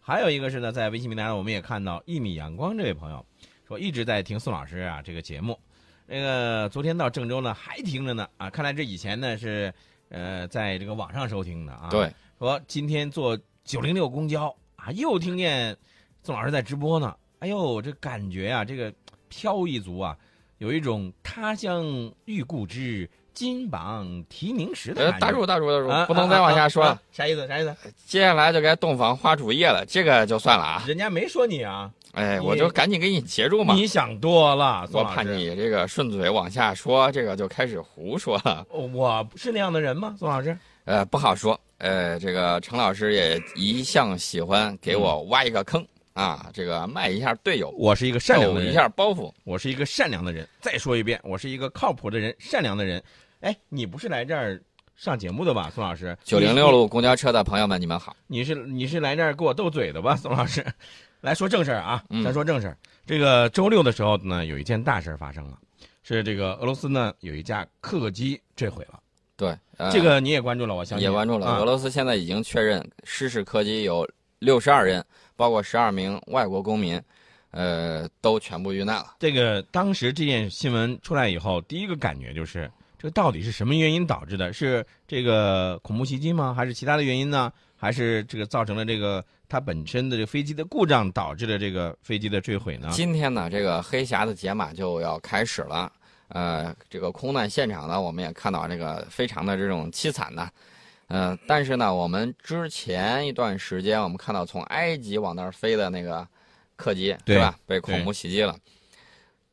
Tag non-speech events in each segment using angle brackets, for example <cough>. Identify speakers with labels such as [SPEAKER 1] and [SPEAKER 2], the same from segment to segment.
[SPEAKER 1] 还有一个是呢，在微信平台上我们也看到一米阳光这位朋友说一直在听宋老师啊这个节目，那个昨天到郑州呢还听着呢啊，看来这以前呢是呃在这个网上收听的啊。，
[SPEAKER 2] 对，
[SPEAKER 1] 说今天坐九零六公交啊，又听见宋老师在直播呢。哎呦，这感觉啊，这个飘逸族啊，有一种他乡遇故知，金榜题名时的
[SPEAKER 2] 呃，
[SPEAKER 1] 感觉。
[SPEAKER 2] 大叔，大叔，大
[SPEAKER 1] 啊
[SPEAKER 2] 叔，不能再往下说
[SPEAKER 1] 啊
[SPEAKER 2] 了
[SPEAKER 1] 啊。啥意思？啥意思？
[SPEAKER 2] 接下来就该洞房花烛夜了，这个就算了啊。
[SPEAKER 1] 人家没说你啊，
[SPEAKER 2] 哎，
[SPEAKER 1] 你
[SPEAKER 2] 我就赶紧给你截住嘛。
[SPEAKER 1] 你想多了，宋
[SPEAKER 2] 我
[SPEAKER 1] 老师
[SPEAKER 2] 怕你这个顺嘴往下说，这个就开始胡说了。
[SPEAKER 1] 我是那样的人吗？宋老师，
[SPEAKER 2] 呃，不好说。呃，这个程老师也一向喜欢
[SPEAKER 1] 嗯
[SPEAKER 2] 给我挖一个坑、啊，这个卖一下队友，
[SPEAKER 1] 我是一个善良
[SPEAKER 2] 抖
[SPEAKER 1] 的
[SPEAKER 2] 一
[SPEAKER 1] 人，
[SPEAKER 2] 下包袱。
[SPEAKER 1] 我是一个善良的人。再说一遍，我是一个靠谱的人，善良的人。哎，你不是来这儿上节目的吧，宋老师？
[SPEAKER 2] 九零六路公交车的朋友们，你们好。
[SPEAKER 1] 你是你是来这儿给我斗嘴的吧，宋老师？ <laughs> 来说正事儿啊，
[SPEAKER 2] 嗯
[SPEAKER 1] 咱说正事儿。这个周六的时候呢，有一件大事儿发生了，是这个俄罗斯呢有一架客机坠毁了，
[SPEAKER 2] 对，呃、
[SPEAKER 1] 这个你哎也关注了，我相信
[SPEAKER 2] 也关注了。
[SPEAKER 1] 啊
[SPEAKER 2] 俄罗斯现在已经确认失事客机有六十二人，包括十二名外国公民，呃，都全部遇难了。
[SPEAKER 1] 这个当时这件新闻出来以后，第一个感觉就是，这到底是什么原因导致的？是这个恐怖袭击吗？还是其他的原因呢？还是这个造成了这个它本身的这个飞机的故障导致的这个飞机的坠毁呢？
[SPEAKER 2] 今天呢，这个黑匣子解码就要开始了。呃，这个空难现场呢，我们也看到这个非常的这种凄惨呐。呃，但是呢，我们之前一段时间，我们看到从埃及往那儿飞的那个客机，
[SPEAKER 1] 对
[SPEAKER 2] 是吧？被恐怖袭击了。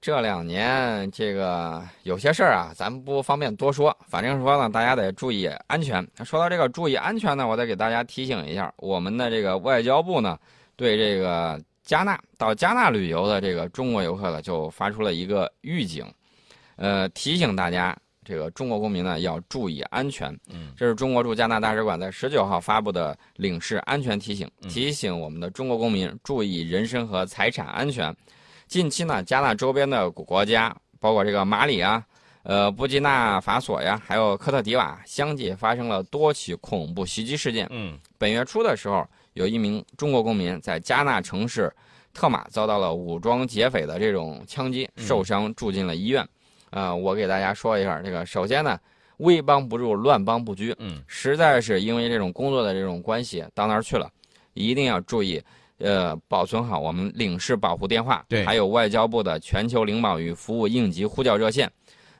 [SPEAKER 2] 这两年，这个有些事儿啊，咱们不方便多说。反正说呢，大家得注意安全。说到这个注意安全呢，我得给大家提醒一下，我们的这个外交部呢，对这个加纳到加纳旅游的这个中国游客呢，就发出了一个预警，呃，提醒大家这个中国公民呢要注意安全。
[SPEAKER 1] 嗯，
[SPEAKER 2] 这是中国驻加拿大使馆在十九号发布的领事安全提醒，
[SPEAKER 1] 嗯
[SPEAKER 2] 提醒我们的中国公民注意人身和财产安全。近期呢，加纳周边的国家，包括这个马里啊、呃布基纳法索呀，还有科特迪瓦，相继发生了多起恐怖袭击事件。
[SPEAKER 1] 嗯，
[SPEAKER 2] 本月初的时候，有一名中国公民在加纳城市特马遭到了武装劫匪的这种枪击，
[SPEAKER 1] 嗯
[SPEAKER 2] 受伤住进了医院。啊、我给大家说一下这个，首先呢，危邦不入，乱邦不居。
[SPEAKER 1] 嗯，
[SPEAKER 2] 实在是因为这种工作的这种关系，到那儿去了，一定要注意。呃，保存好我们领事保护电话，
[SPEAKER 1] 对
[SPEAKER 2] 还有外交部的全球领保与服务应急呼叫热线。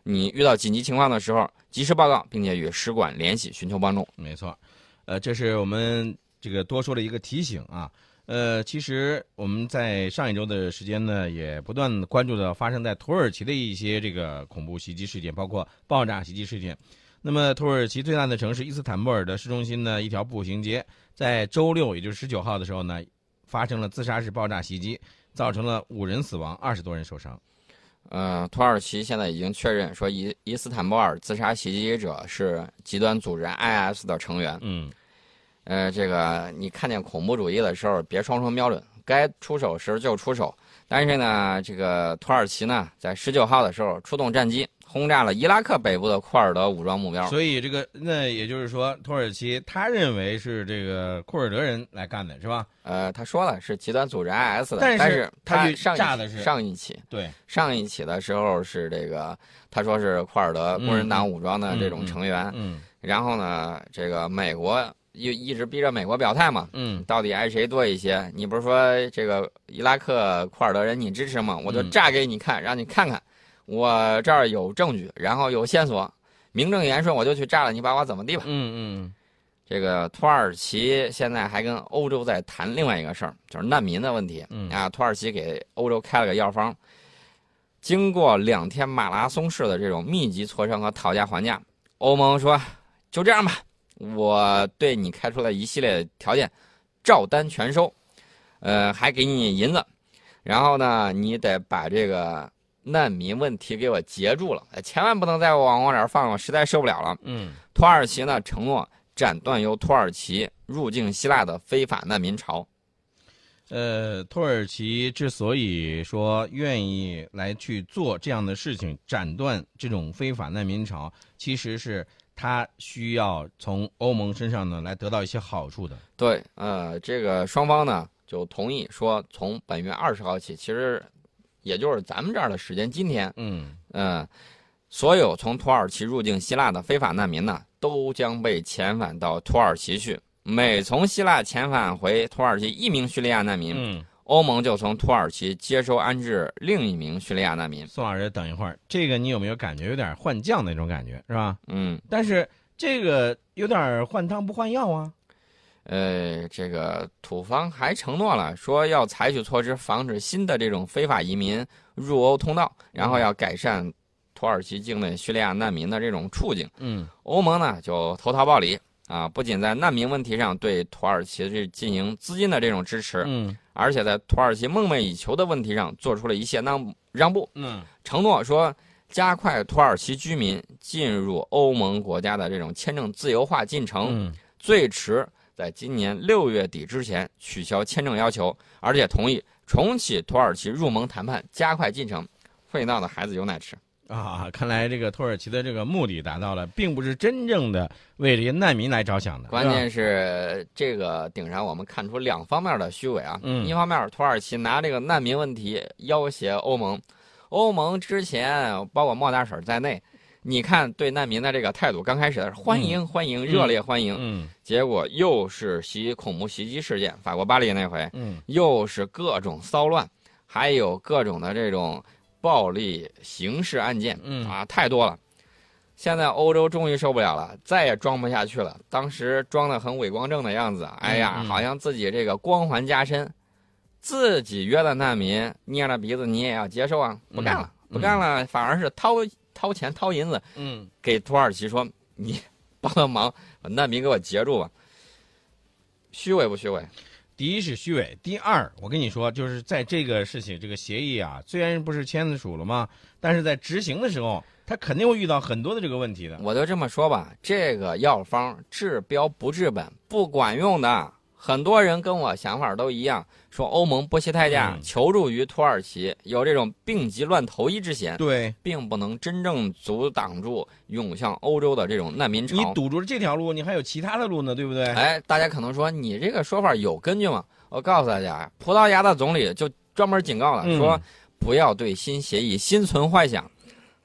[SPEAKER 2] 你遇到紧急情况的时候，及时报告，并且与使馆联系，寻求帮助。
[SPEAKER 1] 没错，呃，这是我们这个多说的一个提醒啊。呃，其实我们在上一周的时间呢，也不断地关注到发生在土耳其的一些这个恐怖袭击事件，包括爆炸袭击事件。那么，土耳其最大的城市伊斯坦布尔的市中心呢，一条步行街在周六，也就是十九号的时候呢，发生了自杀式爆炸袭击，造成了五人死亡，二十多人受伤。
[SPEAKER 2] 呃，土耳其现在已经确认说伊伊斯坦布尔自杀袭击者是极端组织 IS 的成员。
[SPEAKER 1] 嗯，
[SPEAKER 2] 呃，这个你看见恐怖主义的时候，别双重标准，该出手时就出手。但是呢，这个土耳其呢，在十九号的时候出动战机轰炸了伊拉克北部的库尔德武装目标。
[SPEAKER 1] 所以这个那也就是说，土耳其他认为是这个库尔德人来干的是吧？
[SPEAKER 2] 呃，他说了是极端组织 IS 的，
[SPEAKER 1] 但
[SPEAKER 2] 但
[SPEAKER 1] 是他
[SPEAKER 2] 他
[SPEAKER 1] 就
[SPEAKER 2] 上一
[SPEAKER 1] 炸
[SPEAKER 2] 起
[SPEAKER 1] 的是
[SPEAKER 2] 上一起
[SPEAKER 1] 对，
[SPEAKER 2] 上一起的时候是这个，他说是库尔德工人党武装的这种成员。
[SPEAKER 1] 嗯
[SPEAKER 2] 然后呢，这个美国又一直逼着美国表态嘛，
[SPEAKER 1] 嗯
[SPEAKER 2] 到底爱谁多一些？你不是说这个伊拉克库尔德人你支持吗？我就
[SPEAKER 1] 嗯
[SPEAKER 2] 炸给你看，让你看看，我这儿有证据，然后有线索，名正言顺我就去炸了，你把我怎么地吧？
[SPEAKER 1] 嗯
[SPEAKER 2] 这个土耳其现在还跟欧洲在谈另外一个事儿，就是难民的问题。
[SPEAKER 1] 嗯
[SPEAKER 2] 啊，土耳其给欧洲开了个药方。经过两天马拉松式的这种密集磋商和讨价还价，欧盟说就这样吧，我对你开出了一系列条件，照单全收，呃，还给你银子，然后呢，你得把这个难民问题给我截住了，哎千万不能再往我这儿放，我实在受不了了。
[SPEAKER 1] 嗯
[SPEAKER 2] 土耳其呢承诺斩断由土耳其入境希腊的非法难民潮。
[SPEAKER 1] 嗯，呃，土耳其之所以说愿意来去做这样的事情，斩断这种非法难民潮，其实是他需要从欧盟身上呢来得到一些好处的。
[SPEAKER 2] 对，呃，这个双方呢就同意说，从本月二十号起，其实也就是咱们这儿的时间，今天，
[SPEAKER 1] 嗯，
[SPEAKER 2] 嗯、所有从土耳其入境希腊的非法难民呢，都将被遣返到土耳其去。每从希腊遣返回土耳其一名叙利亚难民，
[SPEAKER 1] 嗯，
[SPEAKER 2] 欧盟就从土耳其接收安置另一名叙利亚难民。
[SPEAKER 1] 宋老师，等一会儿，这个你有没有感觉有点换酱那种感觉是吧？
[SPEAKER 2] 嗯，
[SPEAKER 1] 但是这个有点换汤不换药啊。
[SPEAKER 2] 呃，这个土方还承诺了，说要采取措施防止新的这种非法移民入欧通道，然后
[SPEAKER 1] 嗯
[SPEAKER 2] 要改善土耳其境内叙利亚难民的这种处境。
[SPEAKER 1] 嗯
[SPEAKER 2] 欧盟呢就投桃报李啊，不仅在难民问题上对土耳其去进行资金的这种支持，
[SPEAKER 1] 嗯
[SPEAKER 2] 而且在土耳其梦寐以求的问题上做出了一些让让步，
[SPEAKER 1] 嗯
[SPEAKER 2] 承诺说加快土耳其居民进入欧盟国家的这种签证自由化进程。
[SPEAKER 1] 嗯
[SPEAKER 2] 最迟在今年六月底之前取消签证要求，而且同意重启土耳其入盟谈判，加快进程。会闹的孩子有奶吃。
[SPEAKER 1] 啊，看来这个土耳其的这个目的达到了，并不是真正的为这些难民来着想的。
[SPEAKER 2] 关
[SPEAKER 1] 是吧，
[SPEAKER 2] 键是这个顶上我们看出两方面的虚伪啊。
[SPEAKER 1] 嗯
[SPEAKER 2] 一方面，土耳其拿这个难民问题要挟欧盟，欧盟之前包括莫大婶在内，你看对难民的这个态度，刚开始的时候欢迎欢迎，热烈欢迎，
[SPEAKER 1] 嗯
[SPEAKER 2] 结果又是袭恐怖袭击事件，法国巴黎那回，
[SPEAKER 1] 嗯
[SPEAKER 2] 又是各种骚乱，还有各种的这种暴力刑事案件，
[SPEAKER 1] 嗯
[SPEAKER 2] 啊，太多了。现在欧洲终于受不了了，再也装不下去了。当时装的很伟光正的样子，哎呀
[SPEAKER 1] 嗯，
[SPEAKER 2] 好像自己这个光环加身，自己约的难民，捏着鼻子你也要接受啊，不干了，
[SPEAKER 1] 嗯
[SPEAKER 2] 不干了，反而是掏掏钱掏银子
[SPEAKER 1] 嗯
[SPEAKER 2] 给土耳其说，你 <laughs> 帮个忙，把难民给我截住吧。虚伪不虚伪？
[SPEAKER 1] 第一是虚伪，第二，我跟你说，就是在这个事情、这个协议啊，虽然不是签署了吗？但是在执行的时候，他肯定会遇到很多的这个问题的。
[SPEAKER 2] 我就这么说吧，这个药方治标不治本，不管用的。很多人跟我想法都一样，说欧盟不惜代价
[SPEAKER 1] 嗯
[SPEAKER 2] 求助于土耳其，有这种病急乱投医之嫌，
[SPEAKER 1] 对
[SPEAKER 2] 并不能真正阻挡住涌向欧洲的这种难民
[SPEAKER 1] 你
[SPEAKER 2] 潮。
[SPEAKER 1] 堵住了这条路，你还有其他的路呢，对不对？
[SPEAKER 2] 哎，大家可能说你这个说法有根据吗？我告诉大家，葡萄牙的总理就专门警告了，
[SPEAKER 1] 嗯
[SPEAKER 2] 说不要对新协议心存幻想。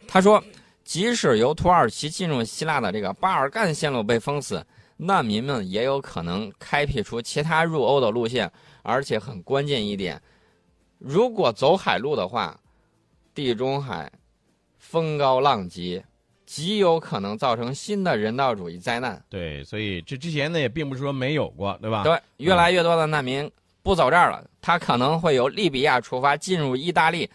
[SPEAKER 2] 他说，即使由土耳其进入希腊的这个巴尔干线路被封死，难民们也有可能开辟出其他入欧的路线，而且很关键一点，如果走海路的话，地中海风高浪急，极有可能造成新的人道主义灾难。
[SPEAKER 1] 对，所以这之前呢，也并不是说没有过，对吧？
[SPEAKER 2] 对，越来越多的难民不走这儿了，他可能会由利比亚出发进入意大利。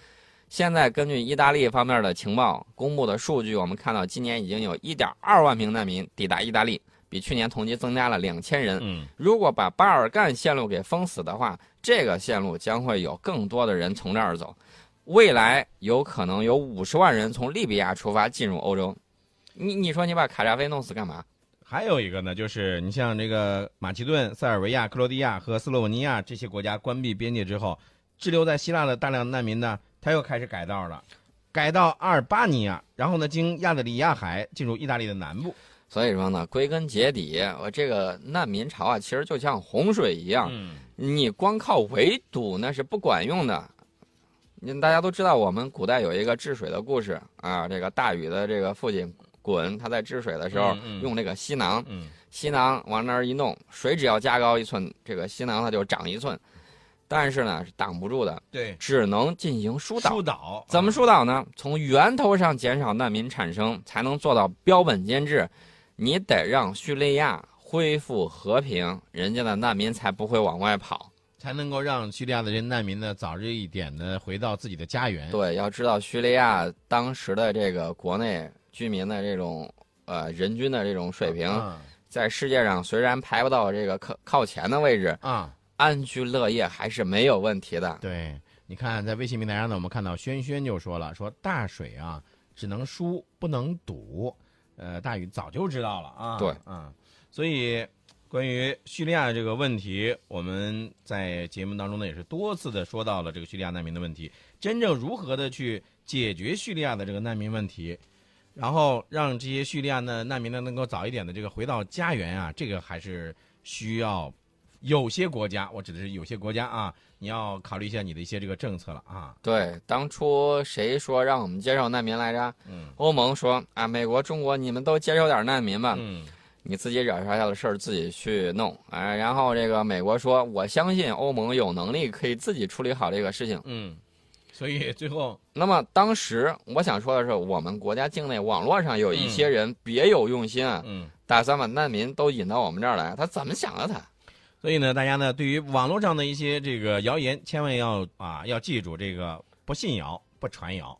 [SPEAKER 2] 现在根据意大利方面的情报公布的数据，我们看到今年已经有1.2万名难民抵达意大利，比去年同期增加了2000人。
[SPEAKER 1] 嗯，
[SPEAKER 2] 如果把巴尔干线路给封死的话，这个线路将会有更多的人从这儿走，未来有可能有50万人从利比亚出发进入欧洲。你你说你把卡扎菲弄死干嘛？
[SPEAKER 1] 还有一个呢，就是你像这个马其顿、塞尔维亚、克罗地亚和斯洛文尼亚这些国家关闭边界之后，滞留在希腊的大量难民呢，他又开始改道了，改到阿尔巴尼亚，然后呢，经亚得里亚海进入意大利的南部。
[SPEAKER 2] 所以说呢，归根结底，我这个难民潮啊，其实就像洪水一样，
[SPEAKER 1] 嗯
[SPEAKER 2] 你光靠围堵那是不管用的。你大家都知道，我们古代有一个治水的故事啊，这个大禹的这个父亲鲧，他在治水的时候
[SPEAKER 1] 嗯嗯
[SPEAKER 2] 用这个吸囊，
[SPEAKER 1] 嗯
[SPEAKER 2] 吸囊往那儿一弄，水只要加高一寸，这个吸囊它就长一寸，但是呢是挡不住的，
[SPEAKER 1] 对，
[SPEAKER 2] 只能进行疏导。
[SPEAKER 1] 疏导
[SPEAKER 2] 怎么疏导呢？从源头上减少难民产生，才能做到标本兼治。你得让叙利亚恢复和平，人家的难民才不会往外跑。
[SPEAKER 1] 才能够让叙利亚的这些难民呢，早日一点的回到自己的家园？
[SPEAKER 2] 对，要知道叙利亚当时的这个国内居民的这种呃人均的这种水平，
[SPEAKER 1] 啊
[SPEAKER 2] 在世界上虽然排不到这个靠靠前的位置，
[SPEAKER 1] 啊，
[SPEAKER 2] 安居乐业还是没有问题的。
[SPEAKER 1] 对，你看在微信平台上呢，我们看到轩轩就说了，说大水啊只能疏不能堵，呃，大禹早就知道了啊，
[SPEAKER 2] 对，
[SPEAKER 1] 啊，所以关于叙利亚这个问题，我们在节目当中呢也是多次的说到了这个叙利亚难民的问题，真正如何的去解决叙利亚的这个难民问题。然后让这些叙利亚的难民呢能够早一点的这个回到家园啊，这个还是需要有些国家，我指的是有些国家啊，你要考虑一下你的一些这个政策了啊。
[SPEAKER 2] 对，当初谁说让我们接受难民来着？
[SPEAKER 1] 嗯
[SPEAKER 2] 欧盟说啊，美国、中国，你们都接受点难民吧，
[SPEAKER 1] 嗯
[SPEAKER 2] 你自己惹出来的事儿自己去弄。哎，然后这个美国说，我相信欧盟有能力可以自己处理好这个事情。
[SPEAKER 1] 嗯，所以最后
[SPEAKER 2] 那么当时我想说的是，我们国家境内网络上有一些人别有用心啊，
[SPEAKER 1] 嗯，
[SPEAKER 2] 打算把难民都引到我们这儿来，他怎么想的他？
[SPEAKER 1] 所以呢，大家呢对于网络上的一些这个谣言，千万要啊要记住这个不信谣，不传谣。